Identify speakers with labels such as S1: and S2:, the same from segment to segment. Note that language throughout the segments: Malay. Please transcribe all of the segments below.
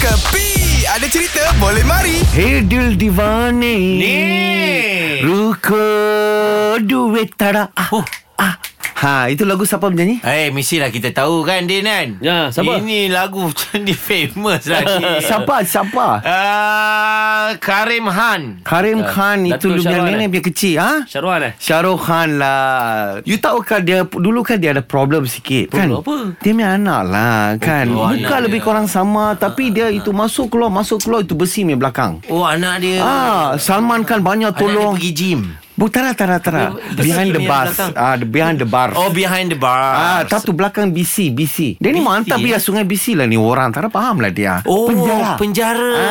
S1: Kepi Ada cerita boleh mari
S2: Hey Dil Divani
S3: Ni.
S2: Ruko Duit Tara ah, oh. ah. Ha itu lagu siapa penyanyi?
S3: Eh, mestilah kita tahu kan, Din kan?
S2: Ya, siapa?
S3: Ini lagu macam ni famous lah ni.
S2: Siapa
S3: Eh,
S2: siapa?
S3: Ah, Karim Han.
S2: Karim Khan itu
S4: Datuk
S2: Lumian
S4: Syarwan,
S2: Nenek
S4: eh?
S2: dia kecil ha?
S4: Syarwan eh?
S2: Syahrul Khan lah You tahu kan dia Dulu kan dia ada problem sikit kan
S4: Problem apa?
S2: Dia punya anak lah kan
S3: Oh,
S2: Muka
S3: anak
S2: lebih
S3: dia.
S2: kurang sama Tapi dia itu masuk keluar Masuk keluar itu besi punya belakang
S3: Oh, anak dia.
S2: Ah, Salman kan banyak
S3: Anak dia
S2: tolong
S3: pergi gym.
S2: Bu, tara, tara, tara. Behind the
S3: yang
S2: bars.
S3: belakang.
S2: Ah, the behind the bar.
S3: Oh, behind the
S2: Ah,
S3: bar.
S2: tak tu belakang BC, BC. Dia ni
S3: BC?
S2: mantap dia sungai BC lah ni orang. Tak faham lah dia.
S3: Oh, penjara.
S2: Ah.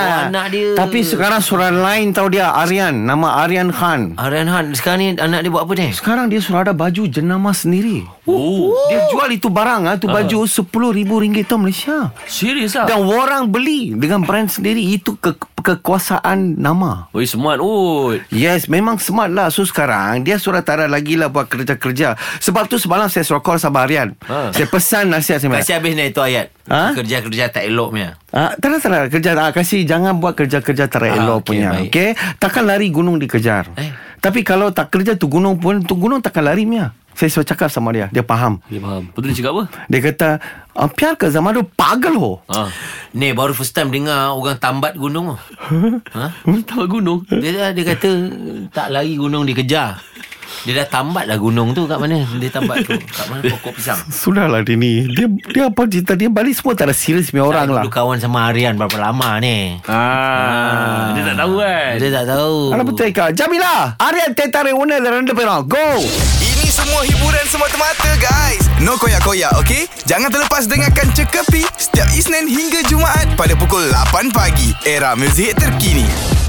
S3: Oh, anak dia.
S2: Tapi sekarang surah lain tahu dia Aryan. Nama Aryan Khan.
S3: Aryan Han, sekarang ni anak dia buat apa, Din?
S2: Sekarang dia surah ada baju jenama sendiri.
S4: Oh,
S2: Dia jual itu barang ah, tu baju RM10,000 tau Malaysia.
S4: serius
S3: Ah.
S4: lah.
S2: Dan orang beli dengan brand sendiri itu ke- kekuasaan nama.
S4: Oi, smart oi.
S2: Yes, memang smart lah. So sekarang, dia surat tarat lagi lah buat kerja-kerja. Sebab tu semalam saya suruh call sama Harian. Ha.
S3: Ah.
S4: Ha.
S2: Saya pesan nasihat saya.
S3: Kasih habis ni tu ayat.
S2: Ha?
S3: Kerja-kerja tak elok punya.
S2: Ah, tak nak, tak nak. Kerja, ah, kasih jangan buat kerja-kerja tarat
S3: Ah,
S2: elok
S3: okey,
S2: punya.
S3: baik.
S2: Okay? Takkan lari gunung dikejar.
S3: Eh.
S2: Tapi kalau tak kerja tu gunung pun, tu gunung takkan lari punya. Saya suruh cakap sama dia. Dia faham.
S4: Dia faham. Betul dia cakap apa?
S2: Dia kata, ah, piar ke zaman tu pagal ho.
S4: Ha.
S3: Ni baru first time dengar orang tambat gunung. ha?
S4: Tahu gunung.
S3: Dia dia kata tak lari gunung dikejar. Dia dah tambat lah gunung tu kat mana? Dia tambat tu. Kat mana pokok pisang?
S2: Sudahlah dia ni. lah, Dia, dia apa cerita dia balik semua tak ada serius punya orang
S3: Saya
S2: lah.
S3: dulu kawan sama Aryan berapa lama ni?
S4: Ah, dia tak tahu kan.
S3: Dia tak tahu.
S2: Alah betul Ika. Jamila. Aryan tetare una de rende penal. Go.
S1: Ini semua hiburan semata-mata guys No koyak-koyak ok Jangan terlepas dengarkan Cekapi Setiap Isnin hingga Jumaat Pada pukul 8 pagi Era muzik terkini